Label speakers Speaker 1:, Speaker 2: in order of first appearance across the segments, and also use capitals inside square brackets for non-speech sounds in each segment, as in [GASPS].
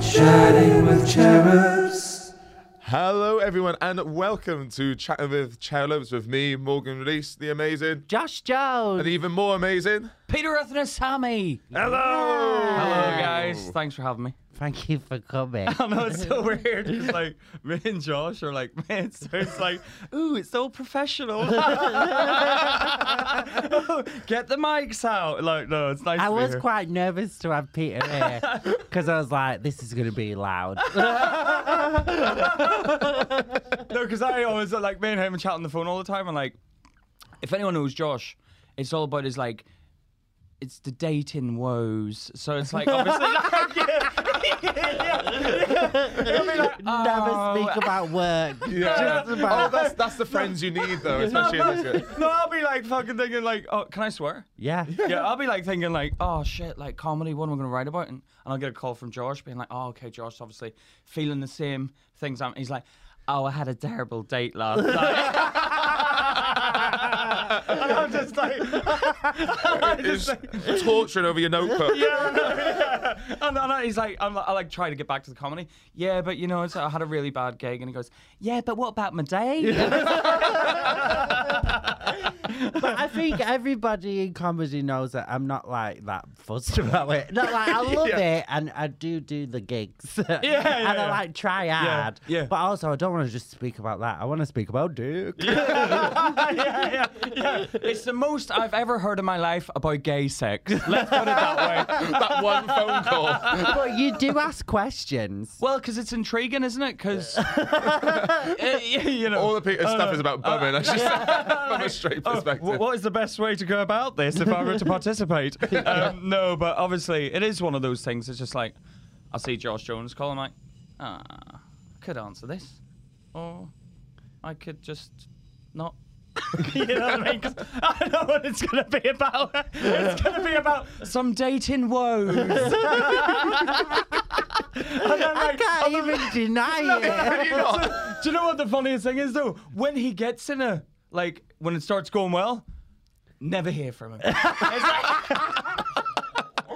Speaker 1: Chatting with cherubs.
Speaker 2: Hello, everyone, and welcome to Chatting with Cherubs with me, Morgan Reese, the amazing,
Speaker 3: Josh Jones,
Speaker 2: and even more amazing.
Speaker 3: Peter Rathnasamy.
Speaker 2: Hello!
Speaker 3: Hello,
Speaker 4: Uh,
Speaker 3: guys. Thanks for having me.
Speaker 4: Thank you for coming.
Speaker 3: [LAUGHS] I know it's
Speaker 4: [LAUGHS]
Speaker 3: so weird. It's like me and Josh are like, [LAUGHS] man, it sounds like, ooh, it's so
Speaker 4: [LAUGHS]
Speaker 3: professional. [LAUGHS] Get the mics out. Like, no, it's nice.
Speaker 4: I
Speaker 3: to be
Speaker 4: was
Speaker 3: here.
Speaker 4: quite nervous to have Peter here
Speaker 3: [LAUGHS]
Speaker 4: because I was like, this is going to be loud. [LAUGHS]
Speaker 3: No, because I always like me and him chat on the phone all the time. And like, if anyone knows Josh, it's all about his like, it's the dating woes. So it's like
Speaker 4: [LAUGHS]
Speaker 3: obviously. Like, Oh.
Speaker 4: Never speak about
Speaker 3: [LAUGHS]
Speaker 4: work.
Speaker 2: Yeah.
Speaker 4: Just
Speaker 2: Oh,
Speaker 4: about-
Speaker 2: that's, that's the friends you need, though, especially in this.
Speaker 3: [LAUGHS] no, I'll be like fucking thinking like, oh, can I swear?
Speaker 4: Yeah.
Speaker 3: [LAUGHS] Yeah, I'll be like thinking like, oh shit, like comedy. What am I going to write about? And, and I'll get a call from Josh being like, oh okay, Josh, obviously feeling the same things. I'm. He's like, oh, I had a terrible date last night. [LAUGHS] and I'm just like, [LAUGHS]
Speaker 2: It's torturing over your notebook.
Speaker 3: yeah, I know, yeah. And, and I- he's like, I'm like, I like try to get back to the comedy. Yeah, but you know, it's, I had a really bad gig, and he goes, yeah, but what about my day? [LAUGHS]
Speaker 4: But I think everybody in comedy knows that I'm not like that fussed about it. Not like I
Speaker 3: [LAUGHS]
Speaker 4: love it and I do do the gigs. Yeah,
Speaker 3: yeah,
Speaker 4: [LAUGHS] And I
Speaker 3: yeah.
Speaker 4: like try hard.
Speaker 3: yeah.
Speaker 4: But also, I don't want to just speak about that. I want to speak about Duke.
Speaker 3: yeah, yeah, yeah. It's the most I've ever heard in my life about gay sex. Let's put it that
Speaker 2: [LAUGHS]
Speaker 3: way.
Speaker 2: that one phone call.
Speaker 4: [LAUGHS] But you do ask questions. [LAUGHS]
Speaker 3: Well, because it's intriguing, isn't it? Because [LAUGHS] you know,
Speaker 2: All the Peter
Speaker 3: Oh, [LAUGHS]
Speaker 2: stuff
Speaker 3: no.
Speaker 2: is about bumming, I
Speaker 3: [LAUGHS]
Speaker 2: should say, from a straight
Speaker 3: Oh,
Speaker 2: perspective.
Speaker 3: wh- what is the best way to go about this if I were to participate? um, no, but obviously it is one of those things. It's just like I see Josh Jones call. I'm like, ah, I could answer this, or I could just not. [LAUGHS] you know what I mean? 'Cause I know what it's gonna be about. [LAUGHS] It's gonna be about some dating woes. [LAUGHS] And then,
Speaker 4: I
Speaker 3: like, [LAUGHS]
Speaker 4: can't even deny it.
Speaker 2: Can you not?
Speaker 3: do you know what the funniest thing is though? When he gets in a like when it starts going well, never hear from him. [LAUGHS]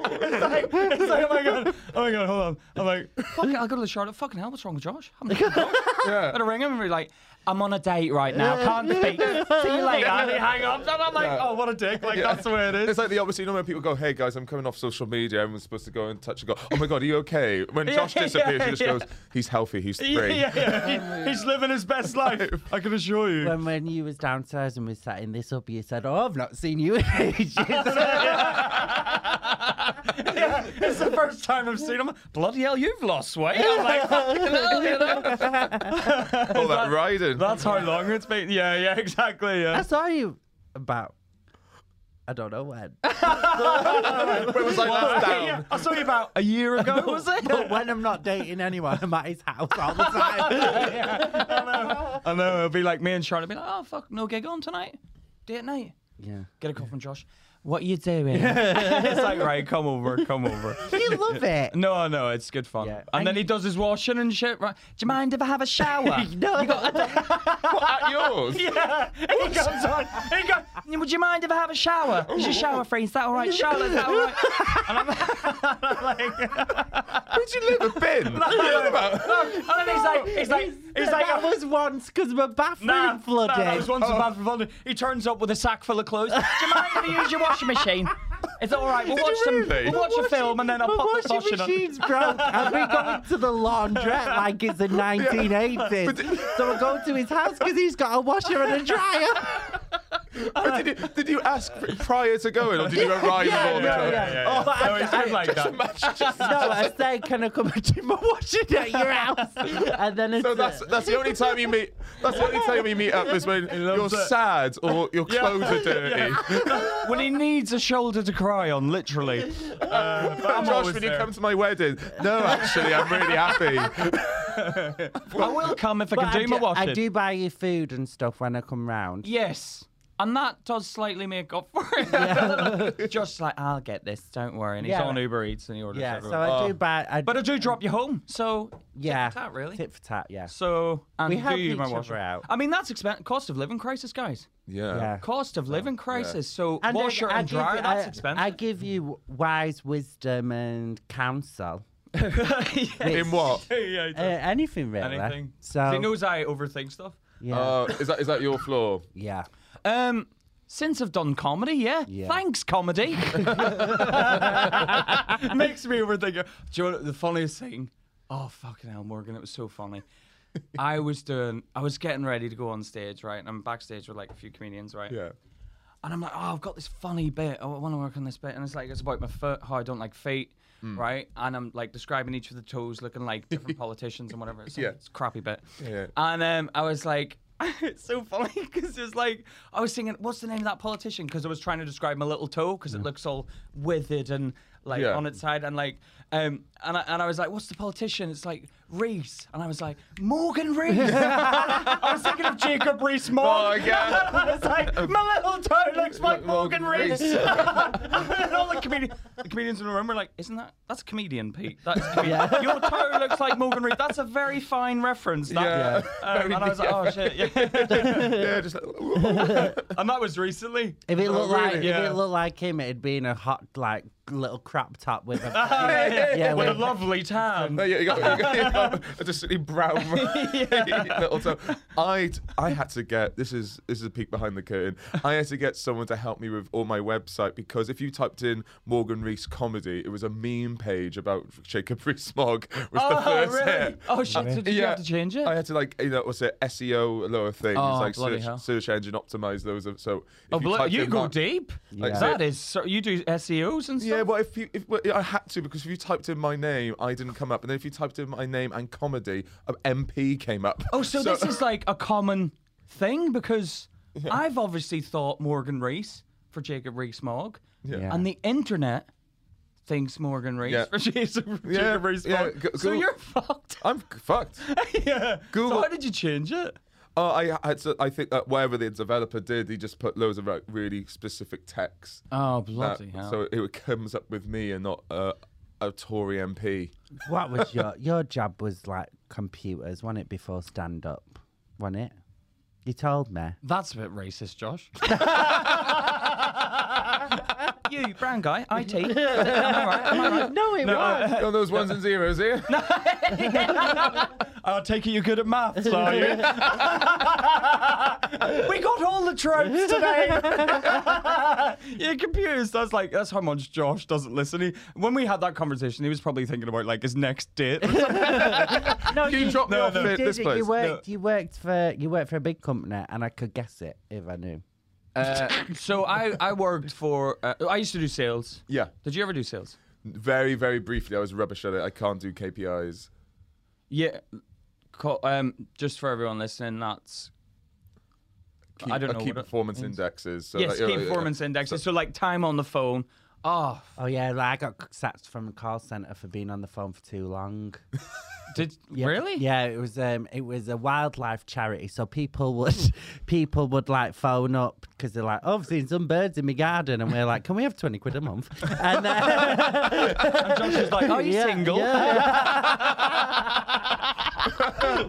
Speaker 3: It's like, it's like, it's like, oh my god, oh my god, hold on. I'm like, fuck it, I'll go to the Charlotte. Fucking hell, what's wrong with Josh? I'm like, Josh.
Speaker 2: Yeah.
Speaker 3: I'd ring him and be like, I'm on a date right now, can't speak. See you later. And he hang up, and I'm like,
Speaker 2: Yeah.
Speaker 3: oh what a dick. Like
Speaker 2: Yeah.
Speaker 3: that's the way it is.
Speaker 2: It's like the opposite. You know when people go, "Hey guys, I'm coming off social media." Everyone's supposed to go and touch and go, "Oh my god, are you okay?"
Speaker 3: [LAUGHS]
Speaker 2: When
Speaker 3: Yeah,
Speaker 2: Josh
Speaker 3: yeah,
Speaker 2: disappears, he just
Speaker 3: yeah.
Speaker 2: goes, "He's healthy. He's
Speaker 3: yeah,
Speaker 2: free."
Speaker 3: [LAUGHS] yeah, yeah. He- he's living his best life. I can assure you.
Speaker 4: when when you was downstairs and we sat in this up, you said, "Oh, I've not seen you in
Speaker 3: [LAUGHS]
Speaker 4: ages."
Speaker 3: yeah, it's the first time I've seen him. Bloody hell, you've lost weight. I'm like, fucking hell, you know?
Speaker 2: All that riding.
Speaker 3: That's how long it's been. Yeah, yeah, exactly.
Speaker 4: I
Speaker 3: Yeah.
Speaker 4: saw you about. I don't
Speaker 3: [LAUGHS]
Speaker 4: know when.
Speaker 2: Where was I last
Speaker 3: Yeah,
Speaker 2: down?
Speaker 3: I saw you about a year ago, was it?
Speaker 4: But when I'm not dating anyone, I'm at his house all the time.
Speaker 3: [LAUGHS] I know, it'll be like me and Charlotte be like, oh, fuck, no gig on tonight. Date night.
Speaker 4: yeah.
Speaker 3: Get a call from Josh. What are you doing? [LAUGHS] it's like, right, come over, come [LAUGHS] over.
Speaker 4: You love it.
Speaker 3: No, no, it's good fun.
Speaker 4: Yeah.
Speaker 3: And then he does his washing and shit. Right? Do you mind if I have a [LAUGHS] shower?
Speaker 4: [LAUGHS] No,
Speaker 2: At yours.
Speaker 3: [LAUGHS] Yeah, and he comes on. He goes, [LAUGHS] Would you mind if I have a shower? Is your shower free? Is that all right? Charlotte, is that all right? [LAUGHS]
Speaker 2: Where'd you live?
Speaker 3: [LAUGHS]
Speaker 2: A bin. What are you on about?
Speaker 3: and then he's like, he's like, he's like,
Speaker 4: that was once because my bathroom
Speaker 3: nah,
Speaker 4: flooded.
Speaker 3: Nah, that was once a bathroom flooded. He turns up with a sack full of clothes. Do you mind if I use your washing machine? Is that all right? We'll
Speaker 2: Did
Speaker 3: watch
Speaker 2: you
Speaker 3: some.
Speaker 2: really?
Speaker 3: We'll watch a film and then I'll
Speaker 4: my
Speaker 3: pop the
Speaker 4: washing
Speaker 3: washing on. [LAUGHS]
Speaker 4: machine's broke. I've been going to the laundrette like it's the 1980s. so I go to his house because he's got a washer and a dryer.
Speaker 2: But did, you, did you ask prior to going, or did you arrive
Speaker 4: yeah,
Speaker 2: with all the
Speaker 4: yeah,
Speaker 2: clothes?
Speaker 4: yeah, yeah.
Speaker 3: Oh,
Speaker 4: Oh,
Speaker 3: no, he's
Speaker 4: I-
Speaker 3: good like that.
Speaker 2: Imagine [LAUGHS] just-
Speaker 4: No, I say, can I come and do my washing at your house? And then it's
Speaker 2: So that's that's the only time you meet. That's the only time you meet up is when you're
Speaker 3: loves it.
Speaker 2: sad or your clothes
Speaker 3: [LAUGHS]
Speaker 2: are dirty.
Speaker 3: When he needs a shoulder to cry on, literally. Uh, but I'm
Speaker 2: [LAUGHS] Josh,
Speaker 3: always
Speaker 2: when you
Speaker 3: there.
Speaker 2: come to my wedding, no, actually, I'm really happy.
Speaker 3: [LAUGHS] I will come if I can
Speaker 4: But
Speaker 3: do
Speaker 4: I,
Speaker 3: my
Speaker 4: do,
Speaker 3: washing.
Speaker 4: I do buy you food and stuff when I come round.
Speaker 3: Yes. And that does slightly make up for it. [LAUGHS] Just like, I'll get this, don't worry. And he's
Speaker 4: Yeah.
Speaker 3: on Uber Eats and he orders
Speaker 4: Yeah, so
Speaker 3: everyone.
Speaker 4: I do buy. I,
Speaker 3: Oh. but I do drop you home, so
Speaker 4: yeah,
Speaker 3: tit for tat, really.
Speaker 4: Tit for tat, yeah.
Speaker 3: So and
Speaker 4: We
Speaker 3: do
Speaker 4: help
Speaker 3: you
Speaker 4: each
Speaker 3: my
Speaker 4: other
Speaker 3: washing.
Speaker 4: out.
Speaker 3: I mean, that's expen- cost of living crisis, guys.
Speaker 4: yeah.
Speaker 3: Cost of living crisis. So
Speaker 4: And I-
Speaker 3: washer
Speaker 4: I
Speaker 3: and
Speaker 4: give
Speaker 3: dryer, [LAUGHS]
Speaker 4: you-
Speaker 3: that's
Speaker 4: I-
Speaker 3: expensive.
Speaker 4: I give you wise wisdom and counsel.
Speaker 2: In what?
Speaker 3: [LAUGHS] yeah, he
Speaker 4: Uh,
Speaker 3: does.
Speaker 4: anything really.
Speaker 3: Anything.
Speaker 4: So
Speaker 3: he knows I overthink stuff.
Speaker 4: yeah,
Speaker 2: Uh, is that is that your flaw?
Speaker 4: yeah.
Speaker 3: Um, since I've done comedy, yeah.
Speaker 4: Yeah.
Speaker 3: Thanks, comedy. [LAUGHS] Makes me overthink. it. Do you know what the funniest thing? Oh fucking hell, Morgan, it was so funny. I was doing, I was getting ready to go on stage, right? And I'm backstage with like a few comedians, right?
Speaker 2: Yeah.
Speaker 3: And I'm like, oh, I've got this funny bit. Oh, I want to work on this bit. And it's like, it's about my foot, how I don't like feet,
Speaker 2: Hmm.
Speaker 3: right? And I'm like describing each of the toes looking
Speaker 2: [LAUGHS]
Speaker 3: like different politicians and whatever. It's,
Speaker 2: Yeah.
Speaker 3: it's a crappy bit.
Speaker 2: Yeah.
Speaker 3: And um, I was like, [LAUGHS] it's so funny because it's like, I was singing, what's the name of that politician? Because I was trying to describe my little toe because it looks all withered and like
Speaker 2: Mm. Yeah.
Speaker 3: on its side. And like, um, and I, and I was like, what's the politician? It's like Reese. And I was like, Morgan Reese. [LAUGHS] I was thinking of Jacob Reese Mogg.
Speaker 2: Oh, yeah.
Speaker 3: It's like, my little toe looks like
Speaker 2: Like
Speaker 3: Morgan [LAUGHS]
Speaker 2: Morgan
Speaker 3: Reese.
Speaker 2: Reese.
Speaker 3: and all the, comedi- the comedians in the room were like, isn't that, that's a comedian, Pete. That's a comedian. Your toe looks like Morgan Reese. That's a very fine reference. That,
Speaker 2: Yeah.
Speaker 3: Um, and I was like, oh, shit. Yeah.
Speaker 2: [LAUGHS] yeah, just like, [LAUGHS]
Speaker 3: and that was recently.
Speaker 4: If it looked like
Speaker 3: really?
Speaker 4: if
Speaker 3: Yeah. [LAUGHS]
Speaker 4: it looked like him, it'd been a hot like little crop top with a
Speaker 3: [LAUGHS]
Speaker 4: yeah,
Speaker 3: What a
Speaker 4: with-
Speaker 3: lovely tan.
Speaker 2: No, yeah, you got, you got, you got a distinctly brown
Speaker 3: [LAUGHS]
Speaker 2: [LAUGHS] little toe. I I had to get this is this is a peek behind the curtain. I had to get someone to help me with all my website because if you typed in Morgan Reese comedy, it was a meme page about Jacob [LAUGHS] Rees-Mogg was the
Speaker 3: Oh,
Speaker 2: first
Speaker 3: really?
Speaker 2: hit.
Speaker 3: Oh, shit. So did you
Speaker 2: Yeah.
Speaker 3: have to change it?
Speaker 2: I had to like you know what's it E SEO lower things
Speaker 3: Oh,
Speaker 2: like
Speaker 3: bloody
Speaker 2: search,
Speaker 3: hell.
Speaker 2: search engine optimize those. Of, so if
Speaker 3: oh, blo-
Speaker 2: typed
Speaker 3: you,
Speaker 2: in
Speaker 3: go
Speaker 2: Mar-
Speaker 3: deep.
Speaker 2: like,
Speaker 4: Yeah.
Speaker 2: so-
Speaker 3: That is, so, you do SEOs and stuff?
Speaker 2: yeah, well, if you, if well, I had to because if you typed in my name, I didn't come up, and then if you typed in my name and comedy, uh, MP came up.
Speaker 3: Oh,
Speaker 2: [LAUGHS]
Speaker 3: so, this is like a common thing because I've obviously thought Morgan Reese for Jacob Rees-Mogg,
Speaker 4: Yeah.
Speaker 3: and the internet thinks Morgan Rees
Speaker 2: Yeah.
Speaker 3: for [LAUGHS] Jacob,
Speaker 2: Yeah,
Speaker 3: Jacob Rees-Mogg.
Speaker 2: yeah, go-
Speaker 3: so
Speaker 2: go-
Speaker 3: you're fucked. [LAUGHS]
Speaker 2: I'm c- fucked.
Speaker 3: yeah. So
Speaker 2: Google-
Speaker 3: how did you change it?
Speaker 2: Oh, I had to, I think that whatever the developer did, he just put loads of like, really specific text.
Speaker 3: Oh
Speaker 2: that-
Speaker 3: bloody hell!
Speaker 2: Uh, so it comes up with me and not uh, a Tory
Speaker 3: [LAUGHS]
Speaker 2: MP.
Speaker 4: what was your your job was like computers, wasn't it? Before stand up, wasn't it? You told me.
Speaker 3: That's a bit racist, Josh. [LAUGHS] you brown guy, IT. Am I right? Am I right?
Speaker 4: No, it was.
Speaker 2: [LAUGHS] You know those ones and zeros here?
Speaker 3: I'll take it you're good at [LAUGHS] maths, are you? we got all the tropes [LAUGHS] today. you're confused. That's like that's how much Josh doesn't listen. He, when we had that conversation, he was probably thinking about like his next [LAUGHS] date. or something.
Speaker 4: No,
Speaker 2: [LAUGHS] you dropped me
Speaker 3: no,
Speaker 2: off
Speaker 3: no.
Speaker 2: at
Speaker 4: did
Speaker 2: this
Speaker 4: it.
Speaker 2: place.
Speaker 4: You worked. You worked for you worked for a big company, and I could guess it if I knew.
Speaker 3: Uh, [LAUGHS] so I I worked for uh, I used to do sales.
Speaker 2: Yeah,
Speaker 3: Did you ever do sales?
Speaker 2: very very briefly. I was rubbish at it. I can't do KPIs.
Speaker 3: Yeah. Co- um, just for everyone listening, that's
Speaker 2: Key,
Speaker 3: I don't
Speaker 2: uh,
Speaker 3: know
Speaker 2: key
Speaker 3: what it
Speaker 2: performance indexes. So
Speaker 3: yes,
Speaker 2: like,
Speaker 3: key
Speaker 2: uh, uh,
Speaker 3: performance indexes. So like time on the phone. [LAUGHS] Oh,
Speaker 4: Oh yeah, like I got sacked from a call center for being on the phone for too [LAUGHS] long.
Speaker 3: did
Speaker 4: Yeah.
Speaker 3: really?
Speaker 4: Yeah, it was um, it was a wildlife charity, so people would [LAUGHS] people would like phone up because they're like, oh, I've seen some birds in my garden, and we're like, can we have twenty quid a month? [LAUGHS] And then,
Speaker 3: And Josh was like, "Are you
Speaker 4: Yeah,
Speaker 3: single?"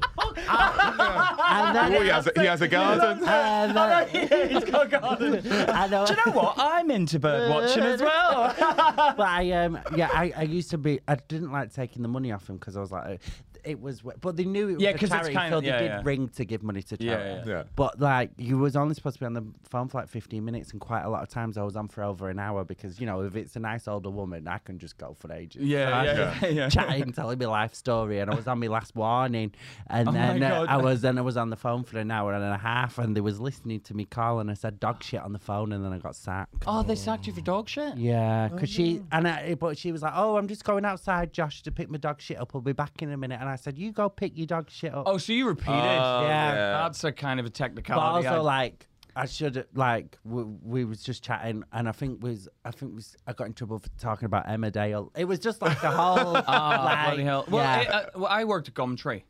Speaker 3: [LAUGHS]
Speaker 4: and then
Speaker 2: Oh, he has, a, he has a garden.
Speaker 4: and then-
Speaker 3: he's got a garden.
Speaker 4: and then-
Speaker 3: Do you know what? I'm into bird watching as well.
Speaker 4: but I um yeah I, I used to be I didn't like taking the money off him because I was like oh, it was but they knew it was
Speaker 3: Yeah,
Speaker 4: a
Speaker 3: 'cause it's
Speaker 4: charity
Speaker 3: kind
Speaker 4: so
Speaker 3: of-
Speaker 4: they
Speaker 3: yeah,
Speaker 4: did
Speaker 3: yeah.
Speaker 4: ring to give money to
Speaker 3: Yeah,
Speaker 4: charity
Speaker 3: yeah.
Speaker 2: Yeah.
Speaker 4: but like you was only supposed to be on the phone for like 15 minutes and quite a lot of times I was on for over an hour because you know if it's a nice older woman I can just go for ages So I
Speaker 3: Yeah,
Speaker 4: was
Speaker 3: yeah, yeah. yeah.
Speaker 4: chatting telling my life story and I was on my last warning and
Speaker 3: Oh my
Speaker 4: then uh,
Speaker 3: God.
Speaker 4: I was then I was on the phone for an hour and a half and they was listening to me call and I said dog shit on the phone and then I got sacked
Speaker 3: [LAUGHS] Oh, they sacked you for dog shit?
Speaker 4: yeah, because she
Speaker 3: Mm-hmm.
Speaker 4: and I, but she was like, "Oh, I'm just going outside, Josh, to pick my dog shit up. I'll be back in a minute." And I said, "You go pick your dog shit up."
Speaker 3: Oh, so you repeated?
Speaker 2: Oh,
Speaker 4: Yeah.
Speaker 3: That's a kind of a
Speaker 4: but
Speaker 3: technicality.
Speaker 4: also
Speaker 3: I-
Speaker 4: like I should like we, we was just chatting, and I think was I think was I got in trouble for talking about Emmerdale. It was just like a whole
Speaker 3: [LAUGHS] Ah,
Speaker 4: like,
Speaker 3: bloody hell. Well,
Speaker 4: yeah.
Speaker 3: I, uh, well, I worked at Gumtree.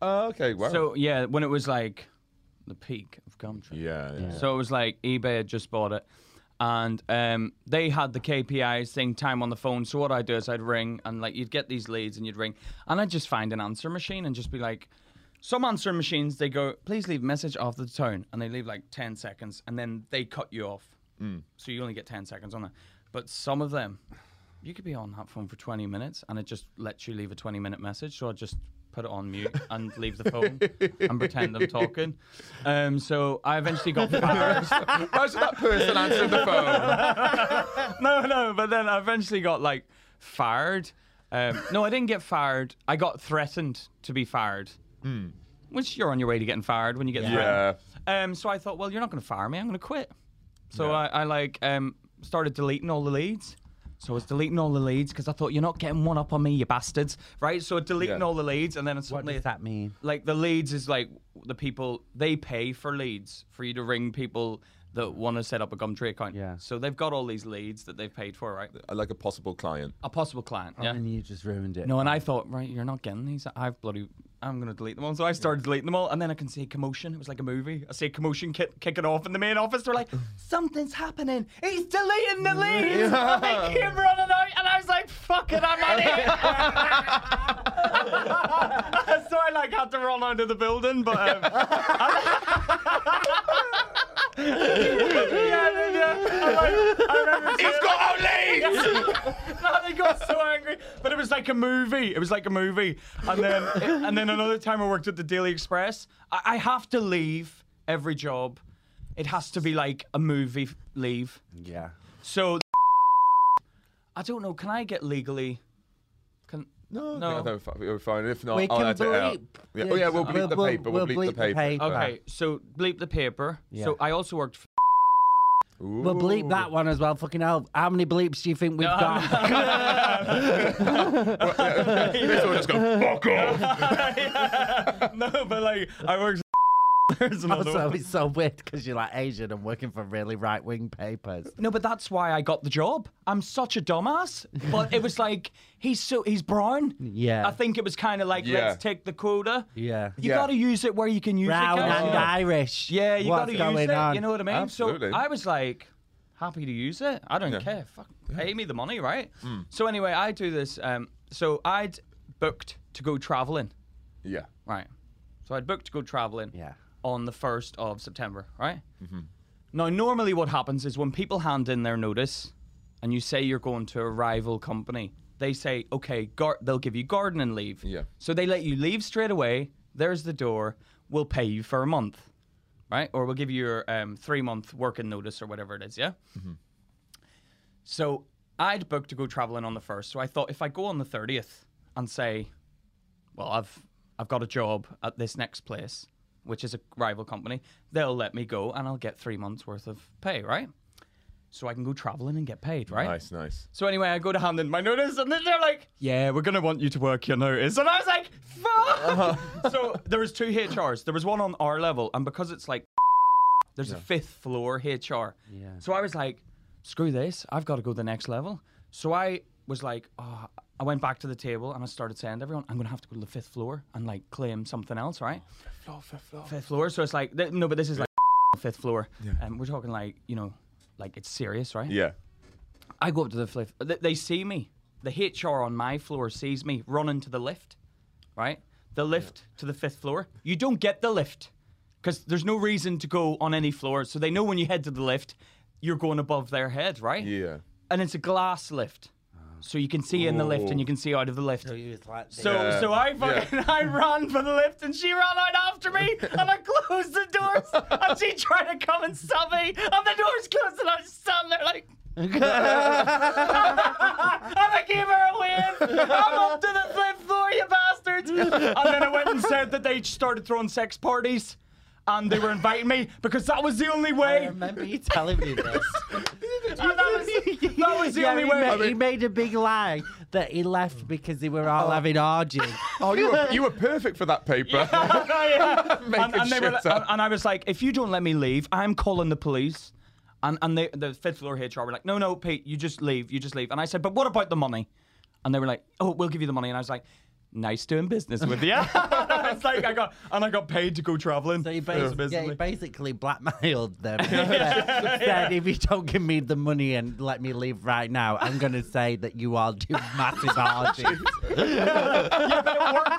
Speaker 2: Oh, okay. Wow.
Speaker 3: So, yeah, when it was like the peak of Gumtree.
Speaker 2: yeah. yeah.
Speaker 3: So it was like eBay had just bought it. And um, they had the KPIs thing, time on the phone. So what I'd do is I'd ring and like you'd get these leads and you'd ring. And I'd just find an answer machine and just be like, some answer machines, they go, please leave a message after the tone. And they leave like 10 seconds and then they cut you off. So you only get 10 seconds on that. But some of them, you could be on that phone for 20 minutes and it just lets you leave a 20 minute message. So I just put it on mute and leave the phone and pretend I'm talking. Um, so I eventually got embarrassed.
Speaker 2: Imagine that person answering the phone.
Speaker 3: [LAUGHS] no, no. But then I eventually got like fired. Um, no, I didn't get fired. I got threatened to be fired. Which you're on your way to getting fired when you get
Speaker 2: [LAUGHS] Yeah.
Speaker 3: threatened. Um, so I thought, well, you're not going to fire me. I'm going to quit. So I, I like um, started deleting all the leads. So I was deleting all the leads because I thought you're not getting one up on me, you bastards, right? So deleting
Speaker 2: Yeah.
Speaker 3: all the leads, and then
Speaker 4: What
Speaker 3: suddenly
Speaker 4: does that mean?
Speaker 3: like the leads is like the people they pay for leads for you to ring people that want to set up a Gumtree account.
Speaker 4: Yeah.
Speaker 3: So they've got all these leads that they've paid for, right?
Speaker 2: Like a possible client.
Speaker 3: A possible client. Yeah.
Speaker 4: And you just ruined it.
Speaker 3: No, and I thought, right, you're not getting these. I've bloody, I'm gonna delete them all. So I started deleting them all, and then I can see commotion. It was like a movie. I see commotion ki- kicking off in the main office. They're like, something's happening. He's deleting the leads. I keep running out, and I was like, fuck it, I'm out of here. [LAUGHS] so I like had to run out of the building, but. Um, [LAUGHS] yeah, yeah, yeah. I'm like- I remember
Speaker 2: He's got our leads!
Speaker 3: no, they got so angry. But it was like a movie. It was like a movie. And then and then another time I worked at the Daily Express. I, I have to leave every job. It has to be like a movie f- leave.
Speaker 4: Yeah.
Speaker 3: So I don't know. Can I get legally? Can
Speaker 2: No,
Speaker 3: No.
Speaker 2: no, no, fi- we're fine. If not,
Speaker 4: We
Speaker 2: I'll
Speaker 4: can
Speaker 2: edit it out.
Speaker 4: bleep
Speaker 2: Yeah,
Speaker 4: the-
Speaker 2: oh, yeah, we'll bleep the
Speaker 4: we'll-
Speaker 2: paper. We'll, bleep, the paper.
Speaker 3: okay. So bleep the paper.
Speaker 4: Yeah.
Speaker 3: So I also worked. For
Speaker 4: We'll bleep that one as well. Fucking hell. How many bleeps do you think
Speaker 3: [LAUGHS]
Speaker 4: we've [LAUGHS] got?
Speaker 2: [LAUGHS] this one just go, fuck off.
Speaker 3: no, but like I worked. [LAUGHS] There's another
Speaker 4: also,
Speaker 3: one.
Speaker 4: it's so weird because you're like Asian and working for really right wing papers.
Speaker 3: No, but that's why I got the job. I'm such a dumbass. But it
Speaker 4: [LAUGHS]
Speaker 3: was like he's so he's brown.
Speaker 4: Yeah.
Speaker 3: I think it was kind of like
Speaker 2: Yeah.
Speaker 3: let's take the quota.
Speaker 4: Yeah.
Speaker 3: You
Speaker 2: Yeah.
Speaker 3: got to use it where you can use
Speaker 4: Brown
Speaker 3: it. guys.
Speaker 4: and Irish.
Speaker 3: Yeah, you got
Speaker 4: What's
Speaker 3: to use
Speaker 4: going
Speaker 3: it.
Speaker 4: on?
Speaker 3: You know what I mean?
Speaker 2: Absolutely.
Speaker 3: So I was like happy to use it. I don't care. Fuck, pay me the money, right?
Speaker 2: Hmm.
Speaker 3: So anyway, I do this. Um, so I'd booked to go traveling,
Speaker 2: Yeah.
Speaker 3: right? So I'd booked to go traveling
Speaker 4: Yeah.
Speaker 3: on the 1st of September, right? Now, normally what happens is when people hand in their notice and you say you're going to a rival company, they say, okay, gar- they'll give you gardening leave.
Speaker 2: Yeah.
Speaker 3: So they let you leave straight away. There's the door. We'll pay you for a month, right? Or we'll give you your um, three month working notice or whatever it is, yeah? So I'd booked to go traveling on the 1st. So I thought if I go on the 30th and say, well, I've I've got a job at this next place, which is a rival company. They'll let me go, and I'll get three months worth of pay, right? So I can go traveling and get paid, right?
Speaker 2: Nice, nice.
Speaker 3: So anyway, I go to hand in my notice, and then they're like, "Yeah, we're gonna want you to work your notice," and I was like, "Fuck!" [LAUGHS] so there was two HRs. There was one on our level, and because it's like, there's a fifth floor HR.
Speaker 4: Yeah.
Speaker 3: So I was like, "Screw this! I've got to go to the next level." So I was like, oh, I went back to the table and I started saying to everyone, "I'm gonna have to go to the fifth floor and like claim something else, right?" fifth floor. So it's like th- no, but this is like fifth floor. And we're talking like you know, like it's serious, right?
Speaker 2: Yeah.
Speaker 3: I go up to the lift. They, they see me. The HR on my floor sees me running to the lift, right? The lift to the fifth floor. You don't get the lift because there's no reason to go on any floor. So they know when you head to the lift, you're going above their head, right?
Speaker 2: Yeah.
Speaker 3: And it's a glass lift. So you can see in the lift and you can see out of the lift.
Speaker 4: So you was like,
Speaker 3: So,
Speaker 2: Yeah.
Speaker 3: so I fucking [LAUGHS] I ran for the lift and she ran out after me and I closed the doors and she tried to come and stop me and the doors closed and I was standing there like [LAUGHS] and I gave her a win. I'm up to the fifth floor, you bastards. And then I went and said that they started throwing sex parties and they were inviting me because that was the only
Speaker 4: I
Speaker 3: way.
Speaker 4: remember you telling me this.
Speaker 3: [LAUGHS] And that was, that was the
Speaker 4: Yeah,
Speaker 3: only
Speaker 4: he,
Speaker 3: way.
Speaker 4: ma- he made a big lie that he left because they were all having
Speaker 3: [LAUGHS]
Speaker 4: orgies.
Speaker 2: Oh, you were, you were perfect for that paper.
Speaker 3: Yeah. and,
Speaker 2: Making
Speaker 3: and, they were,
Speaker 2: shit
Speaker 3: and,
Speaker 2: up.
Speaker 3: and I was like, if you don't let me leave, I'm calling the police. And and they, the fifth floor HR were like, no, no, Pete, you just leave, you just leave. And I said, but what about the money? And they were like, oh, we'll give you the money. And I was like, nice doing business with you. [LAUGHS] it's like I got and I got paid to go traveling.
Speaker 4: So he basically, yeah, he
Speaker 3: Basically.
Speaker 4: basically blackmailed
Speaker 3: [LAUGHS]
Speaker 4: them. Said, if you don't give me the money and let me leave right now, I'm going to say that you all do
Speaker 3: [LAUGHS]
Speaker 4: massive
Speaker 3: Oh,
Speaker 4: orgies.
Speaker 3: yeah,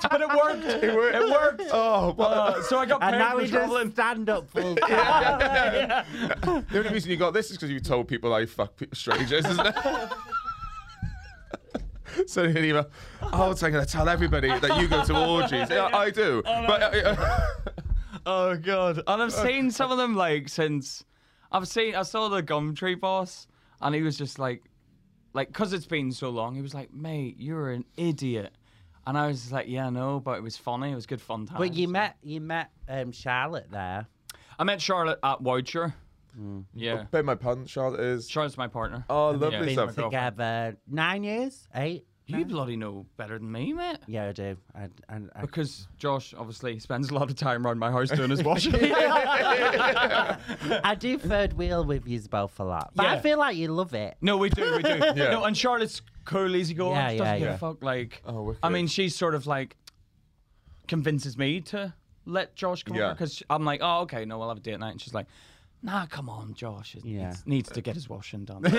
Speaker 3: but it worked. But it worked.
Speaker 4: [LAUGHS]
Speaker 2: It worked.
Speaker 3: It worked.
Speaker 2: [LAUGHS] Oh, what
Speaker 3: Uh, so I got paid
Speaker 4: and now
Speaker 3: for
Speaker 4: he does
Speaker 3: traveling.
Speaker 4: stand
Speaker 3: [LAUGHS]
Speaker 4: up full time.
Speaker 2: [LAUGHS] the only reason you got this is because you told people I fuck pe- strangers, isn't it? sending an email. Oh, it's, I'm going to tell everybody that you go to orgies. Yeah, I do. but uh,
Speaker 3: Oh god! And I've seen some of them like since I've seen I saw the Gumtree boss, and he was just like, like because it's been so long, he was like, "Mate, you're an idiot," and I was just like, "Yeah, I know, but it was funny. It was good fun time."
Speaker 4: But you met you met um, Charlotte there.
Speaker 3: I met Charlotte at Woucher. Yeah,
Speaker 4: Oh.
Speaker 2: beg my pardon, Charlotte is.
Speaker 3: Charlotte's my partner.
Speaker 2: Oh,
Speaker 3: Yeah.
Speaker 2: lovely
Speaker 3: Been
Speaker 2: stuff.
Speaker 3: my girlfriend.
Speaker 4: Together uh, nine years, eight.
Speaker 3: You bloody know better than me, mate.
Speaker 4: Yeah, I do. I, I, I,
Speaker 3: Because Josh obviously spends a lot of time around my house doing
Speaker 4: [LAUGHS]
Speaker 3: his washing.
Speaker 4: I do third wheel with you both a lot, but I
Speaker 3: Yeah.
Speaker 4: feel like you love it.
Speaker 3: No, we do, we
Speaker 2: [LAUGHS]
Speaker 3: do. No, and Charlotte's cool, easy going.
Speaker 4: Yeah,
Speaker 3: she
Speaker 4: yeah,
Speaker 3: doesn't give
Speaker 4: yeah.
Speaker 3: a fuck. Like,
Speaker 2: Oh, wicked.
Speaker 3: I mean, she's sort of like convinces me to let Josh come
Speaker 2: Yeah.
Speaker 3: over because I'm like, oh, okay, no, we'll have a date night, and she's like. Nah, come on, Josh. It
Speaker 4: Yeah.
Speaker 3: needs, needs to get his washing
Speaker 2: [LAUGHS]
Speaker 3: done, [LAUGHS] and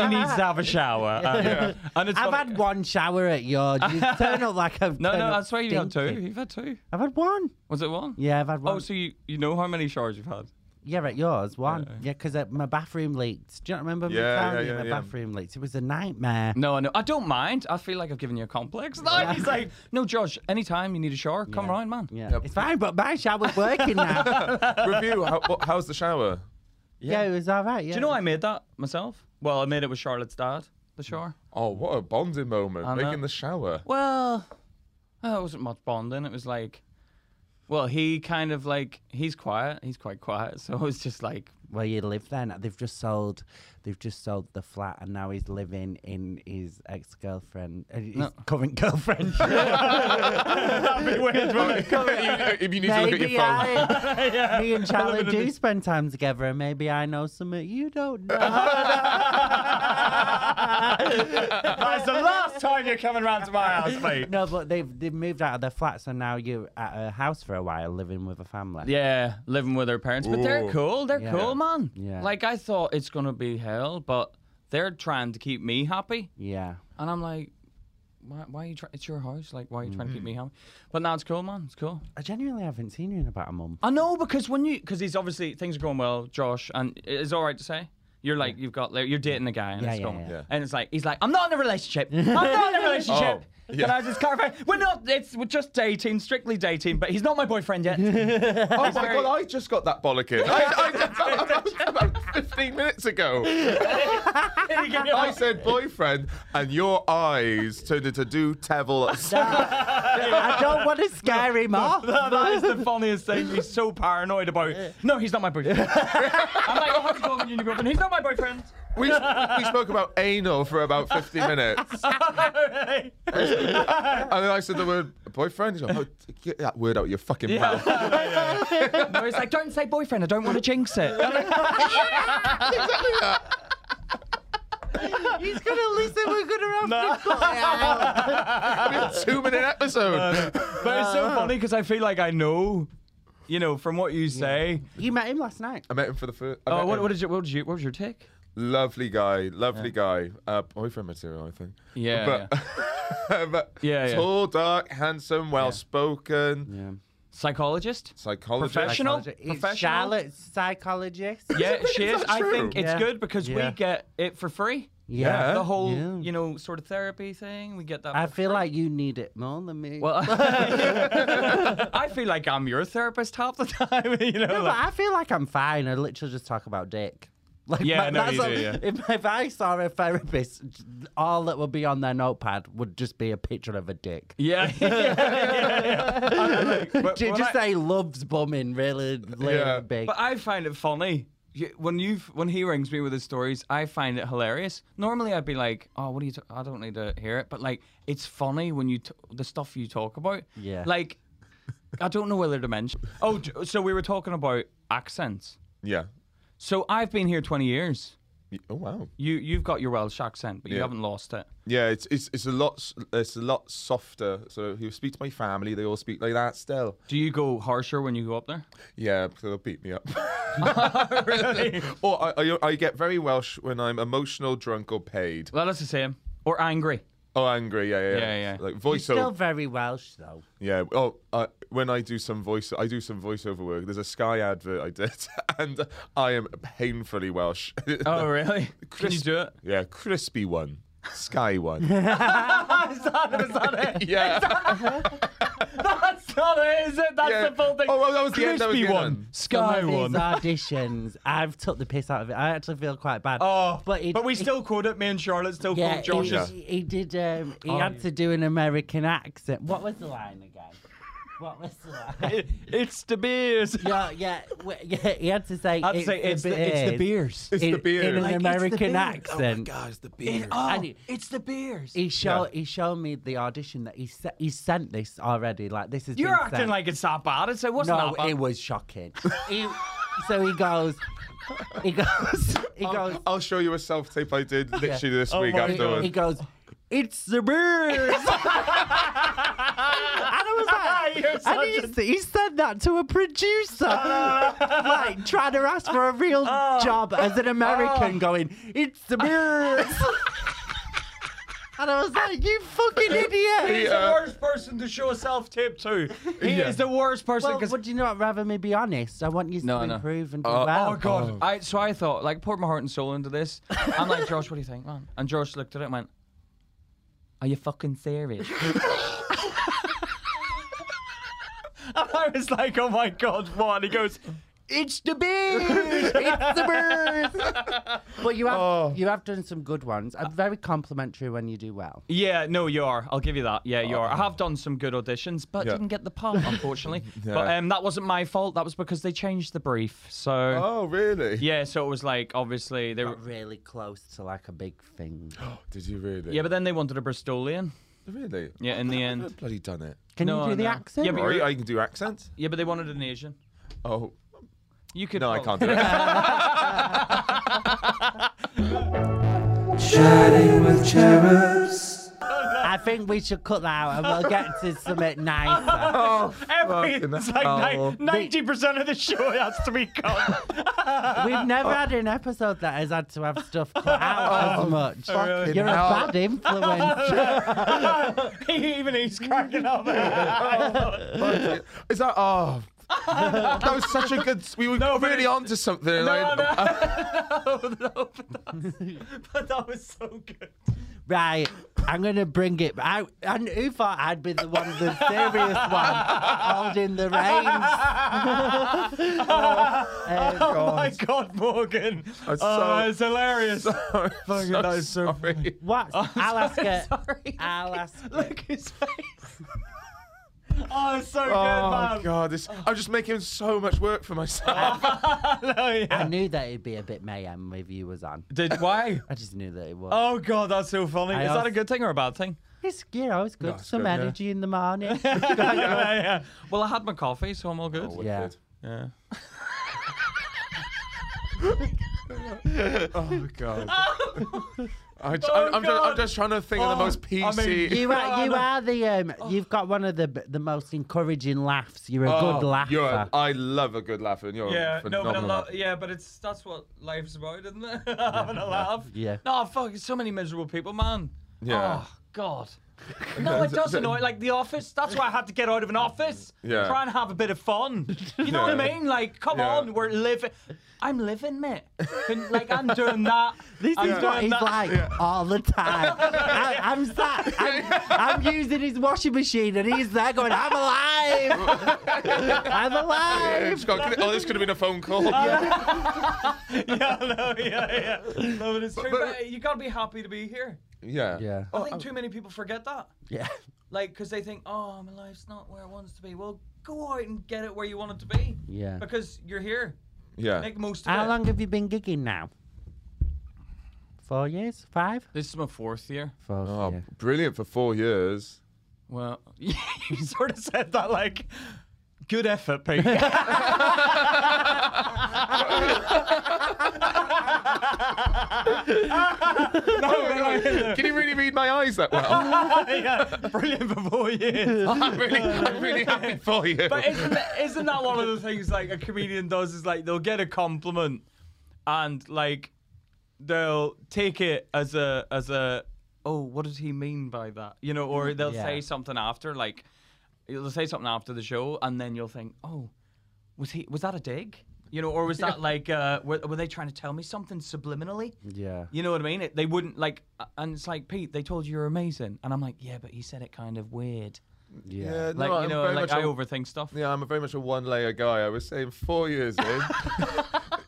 Speaker 3: he needs to have a shower.
Speaker 4: [LAUGHS]
Speaker 3: And, [LAUGHS] and it's
Speaker 4: I've
Speaker 3: funny-
Speaker 4: had one shower at your.
Speaker 3: [LAUGHS]
Speaker 4: You turn up like I've.
Speaker 3: no,
Speaker 4: turned
Speaker 3: no.
Speaker 4: up
Speaker 3: I swear you've had two.
Speaker 4: stinking.
Speaker 3: You've had two.
Speaker 4: I've had one.
Speaker 3: Was it one?
Speaker 4: Yeah, I've had one.
Speaker 3: Oh, so you, you know how many showers you've had?
Speaker 4: Yeah, at yours, one. Yeah, because uh, my bathroom leaked. Do you not remember
Speaker 2: Yeah,
Speaker 4: me telling
Speaker 2: yeah,
Speaker 4: you
Speaker 2: yeah,
Speaker 4: my
Speaker 2: yeah.
Speaker 4: bathroom leaked? It was a nightmare.
Speaker 3: No, I know. I don't mind. I feel like I've given you a complex. [LAUGHS] No, he's like, no, Josh. Anytime you need a shower, come
Speaker 4: Yeah.
Speaker 3: round, man.
Speaker 4: Yeah,
Speaker 2: Yep.
Speaker 4: it's fine, but my shower's
Speaker 3: [LAUGHS]
Speaker 4: working now.
Speaker 2: Review. How, what, how's the shower?
Speaker 4: yeah. it was all right. Yeah.
Speaker 3: Do you know I made that myself? Well, I made it with Charlotte's dad, the shower.
Speaker 2: Oh, what a bonding moment.
Speaker 3: I know.
Speaker 2: Making
Speaker 3: [LAUGHS]
Speaker 2: the shower.
Speaker 3: Well, oh, it wasn't much bonding. It was like, well, he kind of like he's quiet. He's quite quiet. So it was just like,
Speaker 4: where you live then. They've just sold, they've just sold the flat, and now he's living in his ex girlfriend, uh, his
Speaker 3: No.
Speaker 4: current
Speaker 2: [LAUGHS]
Speaker 4: girlfriend.
Speaker 2: if you need to look at
Speaker 4: maybe
Speaker 2: your phone. [LAUGHS]
Speaker 4: I, me and Charlie do spend time together, and maybe I know some that you don't
Speaker 2: [LAUGHS]
Speaker 4: know.
Speaker 3: that's the
Speaker 2: [LAUGHS]
Speaker 3: last time you're coming round to my house, mate.
Speaker 4: no, but they've they've moved out of their flat, so now you're at a house for a while, living with a family.
Speaker 3: Yeah, living with her parents, but they're
Speaker 2: Ooh.
Speaker 3: cool. They're
Speaker 4: Yeah.
Speaker 3: cool, man.
Speaker 4: Yeah.
Speaker 3: Like I thought it's gonna be hell, but they're trying to keep me happy.
Speaker 4: Yeah.
Speaker 3: And I'm like, why, why are you trying? It's your house. Like, why are you trying to keep me happy? But now it's cool, man. It's cool.
Speaker 4: I genuinely haven't seen you in about
Speaker 2: [LAUGHS]
Speaker 4: a month.
Speaker 3: I know because when you because he's obviously things are going well, Josh, and it's all right to say. You're like you've got like, you're dating a guy and
Speaker 4: Yeah,
Speaker 3: it's
Speaker 4: yeah,
Speaker 3: going
Speaker 4: yeah.
Speaker 2: Yeah.
Speaker 3: and it's like he's like I'm not in a relationship. I'm not
Speaker 4: [LAUGHS]
Speaker 3: in a relationship.
Speaker 2: Oh,
Speaker 3: And
Speaker 2: yeah.
Speaker 3: I was just clarifying, we're not. It's we're just dating, strictly dating, but he's not my boyfriend
Speaker 4: [LAUGHS]
Speaker 3: yet.
Speaker 2: Oh my
Speaker 3: very-
Speaker 2: god, I just got that bollocking. I, I, I, about 15 minutes ago. I said boyfriend, and your eyes turned into do Tevil.
Speaker 4: I don't want to scare him off.
Speaker 3: that is the funniest thing. He's so paranoid about. No, he's not my
Speaker 4: [LAUGHS]
Speaker 3: boyfriend. I'm like, oh, how's it going with you and your girlfriend? He's not my boyfriend.
Speaker 2: We, we spoke about anal for about 50 minutes.
Speaker 3: [LAUGHS]
Speaker 2: And then I said the word boyfriend. He's like, "Oh, get that word out of your fucking mouth.
Speaker 3: No, he's like, don't say boyfriend. I don't want to jinx it.
Speaker 4: [LAUGHS] He's gonna listen. We're gonna have to cut it out.
Speaker 2: Two minute episode.
Speaker 3: But it's
Speaker 4: Uh-huh.
Speaker 3: so funny because I feel like I know, you know, from what you say.
Speaker 4: You met him last night.
Speaker 2: I met him for the first.
Speaker 3: Oh, what, what did you? What did you? What was your take?
Speaker 2: Lovely guy, lovely guy. Uh, boyfriend material, I think.
Speaker 3: Yeah,
Speaker 4: uh,
Speaker 2: But, [LAUGHS] but
Speaker 3: Yeah, yeah.
Speaker 2: tall, dark, handsome, well spoken,
Speaker 4: Yeah. [LAUGHS]
Speaker 3: Psychologist.
Speaker 2: psychologist.
Speaker 3: Professional? Professional?
Speaker 4: Charlotte's psychologist.
Speaker 3: Yeah, she is. I
Speaker 2: true?
Speaker 3: think it's
Speaker 4: Yeah.
Speaker 3: good because
Speaker 4: Yeah.
Speaker 3: we get it for free.
Speaker 2: Yeah.
Speaker 3: The whole,
Speaker 4: Yeah.
Speaker 3: you know, sort of therapy thing. We get that.
Speaker 4: I
Speaker 3: for
Speaker 4: feel
Speaker 3: free.
Speaker 4: like you need it more than me. [LAUGHS]
Speaker 3: Well, [LAUGHS] I feel like I'm your therapist half the [LAUGHS] time. You know.
Speaker 4: no, but
Speaker 3: like-
Speaker 4: I feel like I'm fine. I literally just talk about dick. Like,
Speaker 3: Yeah,
Speaker 4: but
Speaker 3: no,
Speaker 4: that's
Speaker 3: you do,
Speaker 4: all-
Speaker 3: yeah.
Speaker 4: If, if I saw a therapist, all that would be on their notepad would just be a picture of a dick.
Speaker 3: yeah. [LAUGHS] yeah, yeah,
Speaker 4: [LAUGHS]
Speaker 3: yeah. I- I like- but
Speaker 4: Ju-
Speaker 3: when
Speaker 4: just
Speaker 3: I-
Speaker 4: say loves bumming really, really
Speaker 2: Yeah.
Speaker 4: big.
Speaker 3: But I find it funny. You- When you when he rings me with his stories, I find it hilarious. Normally, I'd be like, "Oh, what do you? T- I don't need to hear it." But like, it's funny when you t- the stuff you talk about.
Speaker 4: Yeah.
Speaker 3: Like, I don't know whether to mention. Oh, d- so we were talking about accents.
Speaker 2: Yeah.
Speaker 3: So I've been here twenty years.
Speaker 2: Y- Oh wow.
Speaker 3: You you've got your Welsh accent, but you
Speaker 2: Yeah.
Speaker 3: haven't lost it.
Speaker 2: Yeah, it's it's it's a lot s- it's a lot softer. So if you speak to my family, they all speak like that still.
Speaker 3: Do you go harsher when you go up there?
Speaker 2: Yeah, because they'll beat me up. [LAUGHS] or I, I I get very Welsh when I'm emotional, drunk, or paid.
Speaker 3: Well, that's the same. Or angry.
Speaker 2: Oh, angry. Yeah, yeah, yeah.
Speaker 3: Yeah, yeah.
Speaker 2: Like
Speaker 4: You're still
Speaker 2: voiceover.
Speaker 4: very Welsh, though.
Speaker 2: Yeah. Oh, uh, when I do some voice, I do some voiceover work. There's a Sky advert I did, [LAUGHS] and I am painfully Welsh. [LAUGHS]
Speaker 3: Oh, really? Can you
Speaker 2: Crisp-
Speaker 3: do it?
Speaker 2: yeah, crispy one. Sky
Speaker 3: [LAUGHS]
Speaker 2: one.
Speaker 3: Is that, is that it?
Speaker 2: [LAUGHS] yeah.
Speaker 3: That's not it, is it? That's
Speaker 2: Yeah.
Speaker 3: the full thing.
Speaker 2: Oh, well, that was the end, that was
Speaker 3: Crispy
Speaker 2: the end
Speaker 3: one.
Speaker 2: one.
Speaker 3: Sky
Speaker 4: Some of
Speaker 3: one.
Speaker 4: These auditions, I've took the piss out of it. I actually feel quite bad.
Speaker 3: [LAUGHS] Oh, but,
Speaker 4: it-
Speaker 3: we
Speaker 4: it-
Speaker 3: still called it. Me and Charlotte still
Speaker 4: [LAUGHS] yeah,
Speaker 3: called Josh.
Speaker 2: Yeah.
Speaker 4: he, he did. Um, he
Speaker 3: Oh,
Speaker 4: had
Speaker 3: yeah.
Speaker 4: to do an American accent. What was the line again? What was the line?
Speaker 3: It- [LAUGHS] it's the beers.
Speaker 4: yeah, yeah, w- yeah. He had to say.
Speaker 3: I'd say it's the, it's the beers.
Speaker 2: It's
Speaker 4: in,
Speaker 2: the beer.
Speaker 4: in an
Speaker 2: Like,
Speaker 5: it's the
Speaker 4: American
Speaker 5: beer.
Speaker 4: accent.
Speaker 5: Oh my God, it's the beer.
Speaker 4: And he-
Speaker 3: Oh.
Speaker 5: it's the beers.
Speaker 4: He showed he showed me the audition that he se- he sent this already. Like this is
Speaker 3: You're acting like it's that bad. It's it wasn't
Speaker 4: no,
Speaker 3: that bad. [LAUGHS]
Speaker 4: it was shocking. [LAUGHS] he, so he goes, he goes, he goes.
Speaker 2: I'll, I'll show you a self tape I did literally this
Speaker 3: Oh
Speaker 2: week
Speaker 3: my God.
Speaker 2: afterwards.
Speaker 4: He goes, it's the beers. [LAUGHS] and I was like,
Speaker 3: You're
Speaker 4: and
Speaker 3: such
Speaker 4: [LAUGHS] he,
Speaker 3: a-
Speaker 4: s- he said that to a [LAUGHS] producer, like trying to ask for a [LAUGHS] real job as an American, going, it's the [LAUGHS] beers. and I was like, you [LAUGHS] fucking idiot.
Speaker 3: He's
Speaker 2: uh,
Speaker 3: the worst person to show a self tape to. He
Speaker 2: Yeah.
Speaker 3: is the worst person
Speaker 4: Well,
Speaker 3: because.
Speaker 4: would you not rather me be honest? I want you
Speaker 3: No,
Speaker 4: to
Speaker 3: no.
Speaker 4: improve and do
Speaker 2: Oh,
Speaker 4: well.
Speaker 3: Oh god! I, so I thought, like, poured my heart and soul into this. I'm like, Josh, what do you think, man? And Josh looked at it and went, "Are you fucking [LAUGHS] serious?" and I was like, "Oh my god, what?" And he goes, "It's the beer."
Speaker 4: it's the [LAUGHS] birds. but you have
Speaker 2: Oh.
Speaker 4: you have done some good ones. I'm very complimentary when you do well.
Speaker 3: yeah, no, you are. I'll give you that. Yeah, you are. I have done some good auditions, but
Speaker 2: Yeah.
Speaker 3: didn't get the
Speaker 2: [LAUGHS]
Speaker 3: part, unfortunately. But
Speaker 2: Yeah.
Speaker 3: um, that wasn't my fault. That was because they changed the brief. So.
Speaker 2: oh, really?
Speaker 3: Yeah, so it was like obviously they were.
Speaker 4: Got really close to like a big thing.
Speaker 2: [GASPS] Did you really?
Speaker 3: Yeah, but then they wanted a Bristolian.
Speaker 2: really.
Speaker 3: Yeah, in the
Speaker 2: I've
Speaker 3: end.
Speaker 2: never bloody done it.
Speaker 4: Can
Speaker 3: No,
Speaker 4: you do the
Speaker 3: no.
Speaker 4: accent?
Speaker 3: Yeah, but-
Speaker 2: Sorry, I can do accents.
Speaker 3: Yeah, but they wanted an Asian.
Speaker 2: Oh,
Speaker 3: You could.
Speaker 2: no, I
Speaker 3: prob-
Speaker 2: can't do
Speaker 3: [LAUGHS]
Speaker 2: it.
Speaker 1: Chatting with cherubs.
Speaker 4: I think we should cut that out and we'll get to [LAUGHS] something nicer.
Speaker 3: Oh, Every,
Speaker 2: Oh, Fucking
Speaker 3: it's like
Speaker 2: hell.
Speaker 3: ninety percent of the show has to be [LAUGHS] cut.
Speaker 4: We've never had an episode that has had to have stuff cut out as much.
Speaker 2: fucking
Speaker 4: You're
Speaker 2: hell.
Speaker 4: a bad influence.
Speaker 3: Even he's cracking [LAUGHS] up.
Speaker 2: Is that? Oh, that was such a good. We were
Speaker 3: No, but
Speaker 2: really
Speaker 3: it-
Speaker 2: onto something. and
Speaker 3: no,
Speaker 2: I-
Speaker 3: no. no, but, that's, but that was so good.
Speaker 4: right. I'm gonna bring it. I and who thought I'd be the one, the serious one, holding the [LAUGHS] reins?
Speaker 3: [LAUGHS]
Speaker 4: Um,
Speaker 3: Oh my god, Morgan! Oh,
Speaker 2: That's so-
Speaker 3: it's hilarious.
Speaker 2: Sorry,
Speaker 3: Fucking
Speaker 2: so
Speaker 3: that is so
Speaker 2: sorry.
Speaker 4: What?
Speaker 2: Oh,
Speaker 4: I'll ask
Speaker 2: [LAUGHS]
Speaker 4: her.
Speaker 3: Sorry.
Speaker 4: I'll ask her.
Speaker 3: [LAUGHS] Look his face. [LAUGHS] oh, it's so
Speaker 2: Oh
Speaker 3: good, man.
Speaker 2: god, this, I'm just making so much work for myself.
Speaker 3: [LAUGHS] Oh, yeah.
Speaker 4: I knew that it'd be a bit mayhem if you was on.
Speaker 3: Did why?
Speaker 4: I just knew that it was.
Speaker 3: Oh god, that's so funny.
Speaker 4: I
Speaker 3: Is that
Speaker 4: also-
Speaker 3: a good thing or a bad [LAUGHS] thing?
Speaker 4: It's you know, it's good.
Speaker 2: it's
Speaker 4: Some
Speaker 2: good, yeah.
Speaker 4: energy in
Speaker 2: [LAUGHS]
Speaker 4: the morning.
Speaker 3: yeah, yeah. Well, I had my coffee, so I'm all good.
Speaker 2: Oh,
Speaker 4: Yeah.
Speaker 2: wicked.
Speaker 3: [LAUGHS] yeah. [LAUGHS]
Speaker 2: Oh god. I, am
Speaker 3: Oh,
Speaker 2: Just,
Speaker 3: God.
Speaker 2: I'm just trying to think of the
Speaker 3: Oh,
Speaker 2: most PC.
Speaker 3: I mean,
Speaker 4: you are you
Speaker 3: God.
Speaker 4: are the um you've got one of the the most encouraging laughs. You're [LAUGHS] a
Speaker 2: Oh,
Speaker 4: good laugher.
Speaker 2: You're a, I love a good laugh, and you're
Speaker 3: Yeah,
Speaker 2: a
Speaker 3: no,
Speaker 2: phenomenal.
Speaker 3: but I love,
Speaker 2: laugh.
Speaker 3: yeah, but it's that's what life's about, isn't it? [LAUGHS] Having a laugh.
Speaker 4: [LAUGHS] Yeah.
Speaker 3: No, fuck, it's so many miserable people, man.
Speaker 2: Yeah.
Speaker 3: Oh
Speaker 2: [LAUGHS]
Speaker 3: God. No, it does annoy. Like the office. That's why I had to get out of an office.
Speaker 2: Yeah.
Speaker 3: Try and have a bit of
Speaker 4: [LAUGHS]
Speaker 3: fun. You know what I
Speaker 2: Yeah.
Speaker 3: mean? Like, come
Speaker 2: Yeah.
Speaker 3: on, we're living. I'm living, mate. And, like I'm doing that.
Speaker 4: [LAUGHS] This
Speaker 3: I'm
Speaker 4: is what
Speaker 3: doing
Speaker 4: he's
Speaker 3: that.
Speaker 4: like all
Speaker 2: [LAUGHS]
Speaker 4: the time. I, I'm sat, I'm, I'm using his washing machine, and he's there going, "I'm alive,
Speaker 2: [LAUGHS]
Speaker 4: I'm
Speaker 2: Yeah,
Speaker 4: alive."
Speaker 2: it's got- oh, this could have been a
Speaker 3: [LAUGHS]
Speaker 2: phone call.
Speaker 3: [LAUGHS] yeah, no, yeah,
Speaker 2: [LAUGHS]
Speaker 3: yeah. No, but it's true. But,
Speaker 2: but-
Speaker 3: you gotta be happy to be here.
Speaker 2: Yeah.
Speaker 4: Yeah,
Speaker 3: I think too many people forget that.
Speaker 4: yeah.
Speaker 3: Like, because they think, oh, my life's not where it wants to be. Well, go out and get it where you want it to be.
Speaker 4: Yeah.
Speaker 3: Because you're here.
Speaker 2: Yeah.
Speaker 3: Make the most of it.
Speaker 4: How long have you been gigging now? Four years? Five?
Speaker 3: This is my fourth year.
Speaker 4: Four.
Speaker 2: Oh, brilliant for four
Speaker 3: [LAUGHS]
Speaker 2: years.
Speaker 3: Well, [LAUGHS] you sort of said that like, good effort, [LAUGHS] Pete.
Speaker 2: Can you really read my eyes that well?
Speaker 3: [LAUGHS]
Speaker 2: [LAUGHS]
Speaker 3: yeah, brilliant for four years.
Speaker 2: I'm really, I'm really happy for you.
Speaker 3: But isn't that, isn't that one of the things like a comedian does? Is like they'll get a compliment, and like they'll take it as a as a oh what did he mean by that you know or they'll
Speaker 4: Yeah.
Speaker 3: say something after like they'll say something after the show and then you'll think oh was he was that a dig You know, or was
Speaker 2: [LAUGHS]
Speaker 3: that like uh, were, were they trying to tell me something subliminally?
Speaker 4: Yeah.
Speaker 3: You know what I mean? It, they wouldn't like, uh, and it's like Pete. They told you you're amazing, and I'm like, yeah, but he said it kind of weird.
Speaker 4: Yeah.
Speaker 2: Yeah,
Speaker 3: Like
Speaker 2: no,
Speaker 3: you
Speaker 2: I'm
Speaker 3: know,
Speaker 2: very
Speaker 3: like
Speaker 2: much
Speaker 3: I
Speaker 2: a-
Speaker 3: overthink stuff.
Speaker 2: Yeah, I'm a very much a one layer guy. I was saying four years in.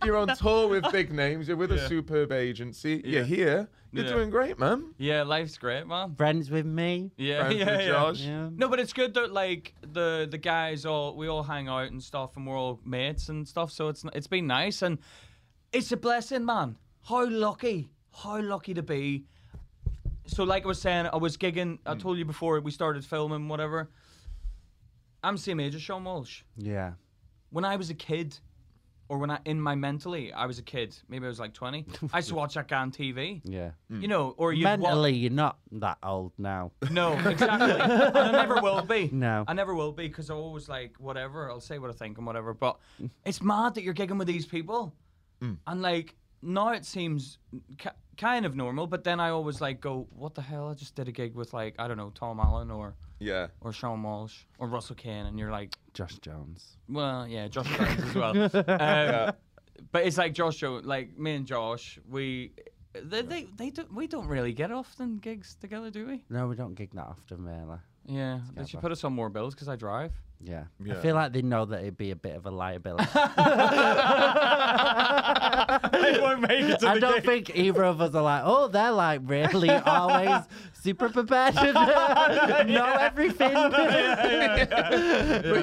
Speaker 2: you're on tour with big names. You're with a superb agency. You're here. You're
Speaker 3: Yeah.
Speaker 2: doing great, man.
Speaker 3: Yeah, life's great, man.
Speaker 4: Friends with me.
Speaker 3: Yeah,
Speaker 2: Friends
Speaker 3: yeah,
Speaker 2: with
Speaker 3: yeah.
Speaker 2: Josh.
Speaker 4: Yeah.
Speaker 3: No, but it's good that like the the guys all we all hang out and stuff, and we're all mates and stuff. So it's it's been nice, and it's a blessing, man. How lucky, how lucky to be. So, like I was saying, I was gigging.
Speaker 2: Hmm.
Speaker 3: I told you before we started filming, whatever. I'm the same age as Sean Walsh.
Speaker 4: Yeah.
Speaker 3: When I was a kid, or when I in my mentally, I was a kid. Maybe I was like 20. I
Speaker 2: [LAUGHS]
Speaker 3: used to watch that guy on TV.
Speaker 4: Yeah.
Speaker 3: You know, or you
Speaker 4: Mentally, you're not that old now. [LAUGHS]
Speaker 3: no, exactly. and I never will be.
Speaker 4: No.
Speaker 3: I never will be because I always like whatever. I'll say what I think and whatever. But it's mad that you're gigging with these people, and like now it seems ki kind of normal. But then I always like go, what the hell? I just did a gig with like I don't know Tom Allen or
Speaker 2: Yeah.
Speaker 3: or Sean Walsh or Russell Kane, and you're like,
Speaker 4: Josh Jones.
Speaker 3: well, yeah, Josh Jones as well. Um, But it's like Josh, Jones, like me and Josh, we. They, they, they don't, we don't really get often gigs together, do we?
Speaker 4: No, we don't gig that often, really.
Speaker 3: Yeah, they should
Speaker 4: Scabba.
Speaker 3: put us on more bills because I drive. [LAUGHS]
Speaker 4: Yeah.
Speaker 2: Yeah.
Speaker 4: I feel like they know that it'd be a bit of a liability.
Speaker 2: [LAUGHS]
Speaker 3: they won't make it
Speaker 4: I don't think either of us are like, oh, they're like
Speaker 2: [LAUGHS]
Speaker 4: really always super prepared. and [LAUGHS] know
Speaker 2: [LAUGHS]
Speaker 4: everything.
Speaker 2: But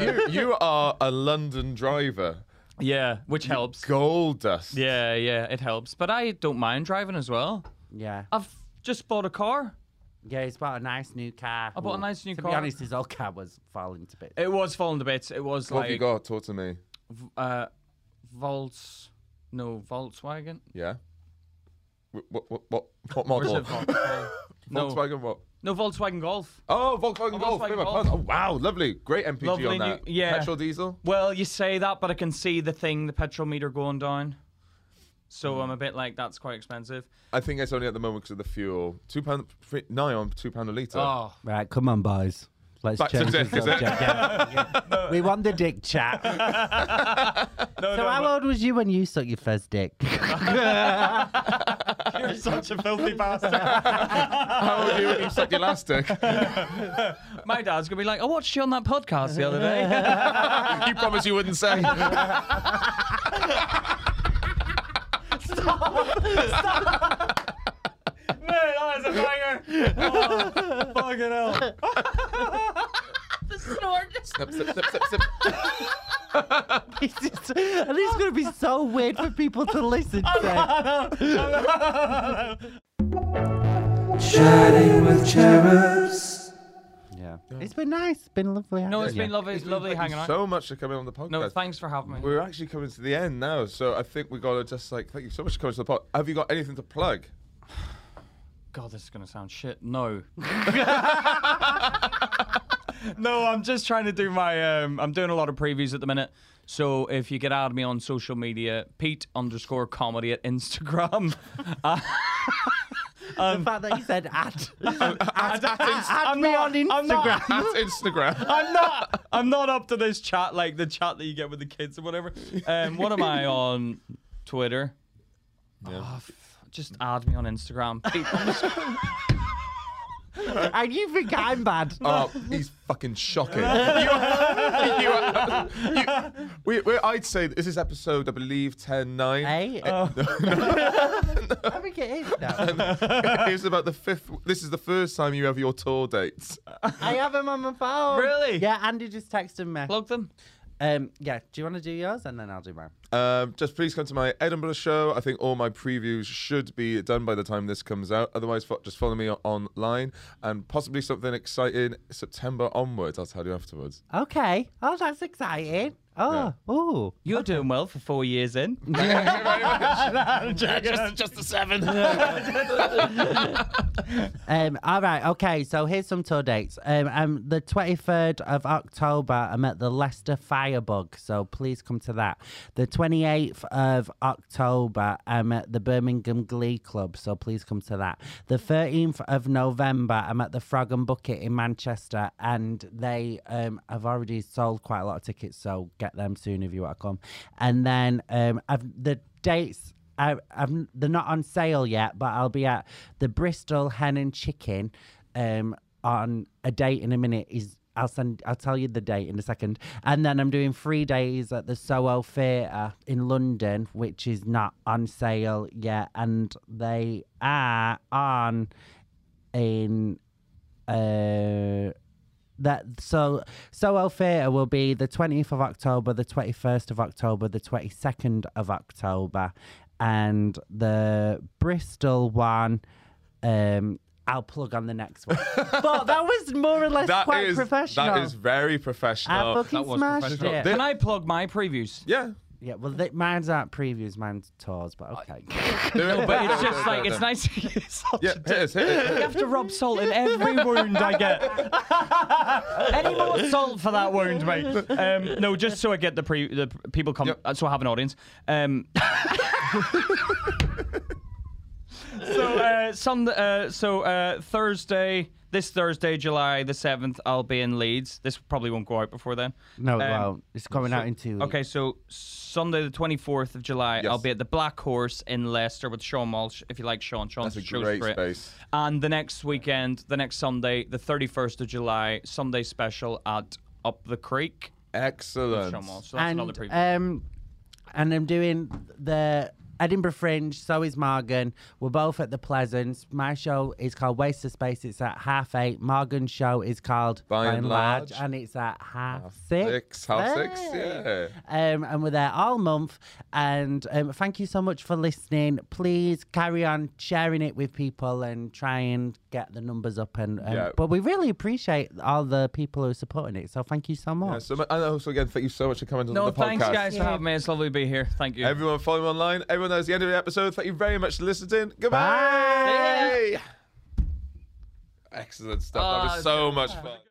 Speaker 2: you, you are a London driver.
Speaker 3: Yeah, which helps.
Speaker 2: Gold dust.
Speaker 3: Yeah, yeah, it helps. But I don't mind driving as well.
Speaker 4: [LAUGHS] yeah.
Speaker 3: I've just bought a car.
Speaker 4: Yeah, he's bought a nice new car.
Speaker 3: I bought a
Speaker 4: Ooh.
Speaker 3: nice new
Speaker 4: to
Speaker 3: car.
Speaker 4: be honest, his old car was falling to bits.
Speaker 3: It was falling to bits. It was
Speaker 2: What
Speaker 3: like
Speaker 2: have you got? Talk to me.
Speaker 3: uh, Volts, no Volkswagen.
Speaker 2: Yeah. What what what what, what
Speaker 3: Or is
Speaker 2: model?
Speaker 3: it Vol- no,
Speaker 2: Volkswagen what?
Speaker 3: no Volkswagen Golf.
Speaker 2: Oh, Volkswagen Golf.
Speaker 3: Volkswagen
Speaker 2: Volkswagen
Speaker 3: Golf.
Speaker 2: Oh, wow, lovely. Great MPG
Speaker 3: Lovely
Speaker 2: on
Speaker 3: new-
Speaker 2: that.
Speaker 3: yeah.
Speaker 2: Petrol diesel.
Speaker 3: Well, you say that, but I can see the thing, the petrol meter going down. So
Speaker 2: Hmm.
Speaker 3: I'm a bit like that's quite expensive.
Speaker 2: I think it's only at the moment because of the fuel. Two pound three, nine on two pound a litre.
Speaker 3: Oh,
Speaker 2: [LAUGHS]
Speaker 4: Right, come on, boys. Let's
Speaker 2: Back to
Speaker 4: change
Speaker 2: Dick,
Speaker 4: the
Speaker 2: is it? [LAUGHS]
Speaker 4: subject. Yeah, yeah. We want the dick
Speaker 3: [LAUGHS]
Speaker 4: chat. so, how old was you when you sucked your
Speaker 3: [LAUGHS]
Speaker 4: first dick?
Speaker 3: you're such a [LAUGHS] filthy bastard.
Speaker 2: How old were you when you sucked your last dick?
Speaker 3: [LAUGHS] My dad's gonna be like, I watched you on that podcast the other day.
Speaker 2: [LAUGHS] you promised you wouldn't say.
Speaker 3: that is a banger. [LAUGHS] Oh, fucking hell.
Speaker 2: snip, snip, snip, snip, snip.
Speaker 4: It's just- and it's going to be so weird for people to listen to.
Speaker 1: Chatting with cherubs.
Speaker 4: Yeah. It's been nice. It's been lovely.
Speaker 3: No,
Speaker 4: it's
Speaker 3: it's been lovely, lovely
Speaker 2: Thank
Speaker 3: hanging
Speaker 2: you
Speaker 3: out.
Speaker 2: So much for coming on the podcast.
Speaker 3: no, thanks for having me.
Speaker 2: We're actually coming to the end now, so I think we gotta just like thank you so much for coming to the pod. Have you got anything to plug?
Speaker 3: God, this is gonna sound shit. No. no, I'm just trying to do my. Um, I'm doing a lot of previews at the minute. So if you could add me on social media, Pete underscore comedy at Instagram. [LAUGHS]
Speaker 4: the fact that you said
Speaker 2: [LAUGHS]
Speaker 4: ad. Add,
Speaker 3: I'm
Speaker 4: me
Speaker 3: not-
Speaker 4: on Instagram.
Speaker 3: I'm not-
Speaker 2: At Instagram.
Speaker 3: I'm not. I'm not up to this chat like the chat that you get with the kids or whatever. Um, what am I on Twitter? Oh, f- just add me on Instagram. Pete- [LAUGHS]
Speaker 4: [LAUGHS] And you think
Speaker 2: [LAUGHS]
Speaker 4: I'm bad?
Speaker 2: Oh, he's fucking shocking. you are, you are, you, we, we, I'd say this is episode, I believe, 10, 9. [LAUGHS]
Speaker 4: Hey,
Speaker 3: Oh.
Speaker 4: I think it is
Speaker 2: Um,
Speaker 4: now.
Speaker 2: it's about the fifth. This is the first time you have your tour dates.
Speaker 4: I have him on my phone.
Speaker 3: Really?
Speaker 4: Yeah, Andy just texted me.
Speaker 3: Plug them.
Speaker 4: Um, yeah, do you want to do yours and then I'll do mine?
Speaker 2: Um, just please come to my Edinburgh show. I think all my previews should be done by the time this comes out. Otherwise, fo- just follow me o- online and possibly something exciting September onwards. I'll tell you afterwards.
Speaker 4: Okay. Oh, that's exciting. Oh, ooh.
Speaker 3: You're doing well for four years in.
Speaker 4: Um, all right, okay. So here's some tour dates. Um, um, the 23rd of October, I'm at the Leicester Firebug, so please come to that. The 28th of October, I'm at the Birmingham Glee Club, so please come to that. The 13th of November, I'm at the Frog and Bucket in Manchester, and they um have already sold quite a lot of tickets, so get get them soon if you want to come. And then um, I've the dates. I, I've, they're not on sale yet, but I'll be at the Bristol Hen and Chicken um, on a date in a minute. Is I'll send. I'll tell you the date in a second. And then I'm doing three days at the Soho Theatre in London, which is not on sale yet, and they are on in uh that so Soho Theatre will be the 20th of October, the 21st of October, the 22nd of October, and the Bristol one. Um, I'll plug on the
Speaker 2: [LAUGHS]
Speaker 4: next one. but that was more or less
Speaker 2: That
Speaker 4: quite
Speaker 2: is
Speaker 4: professional.
Speaker 2: that is very professional.
Speaker 4: I fucking smashed it.
Speaker 3: Can I plug my previews? [LAUGHS]
Speaker 2: yeah.
Speaker 4: yeah, well, th- mine's aren't previews, mine's tours, but okay.
Speaker 2: No,
Speaker 3: But it's just
Speaker 2: [LAUGHS]
Speaker 3: like it's nice to get salt.
Speaker 2: Yeah, hit us, hit us.
Speaker 3: You [LAUGHS] have to rub salt in every wound I
Speaker 2: [LAUGHS]
Speaker 3: get. Any more salt for that wound, mate? Um, no, just so I get the pre the p- people come,
Speaker 2: Yep.
Speaker 3: uh, so I have an audience. Um, [LAUGHS] so uh, Sunday, uh, so uh, Thursday, this Thursday, July the seventh, I'll be in Leeds. This probably won't go out before then.
Speaker 4: No,
Speaker 3: Um,
Speaker 4: well, it's coming out in two weeks.
Speaker 3: Okay, so Sunday the 24th of July, I'll
Speaker 2: Yes.
Speaker 3: be at the Black Horse in Leicester with Sean Walsh. If you like Sean, Sean's
Speaker 2: That's a
Speaker 3: shows
Speaker 2: great
Speaker 3: for it.
Speaker 2: space.
Speaker 3: And the next weekend, the next Sunday, the 31st of July, Sunday special at Up the Creek.
Speaker 2: Excellent.
Speaker 3: Sean Walsh. So that's another preview.
Speaker 4: Um, and I'm doing the Edinburgh Fringe. So is Morgan. We're both at the Pleasance. My show is called Waste of Space. It's at half eight. Morgan's show is called
Speaker 2: By and
Speaker 4: Large,
Speaker 2: Large.
Speaker 4: and it's at half, six.
Speaker 2: Six, half six, yeah.
Speaker 4: Hey. Um, and we're there all month. And um, thank you so much for listening. Please carry on sharing it with people and try and get the numbers up. And um,
Speaker 2: Yeah.
Speaker 4: but we really appreciate all the people who are supporting it. So thank you so much.
Speaker 2: Yeah, so, and also again, thank you so much for coming on
Speaker 3: no,
Speaker 2: the podcast.
Speaker 3: thanks, guys, for having me. It's lovely to be here. Thank you.
Speaker 2: Everyone follow me online. Everyone, that's the end of the episode. Thank you very much for listening. Goodbye. Excellent stuff. that was so much fun.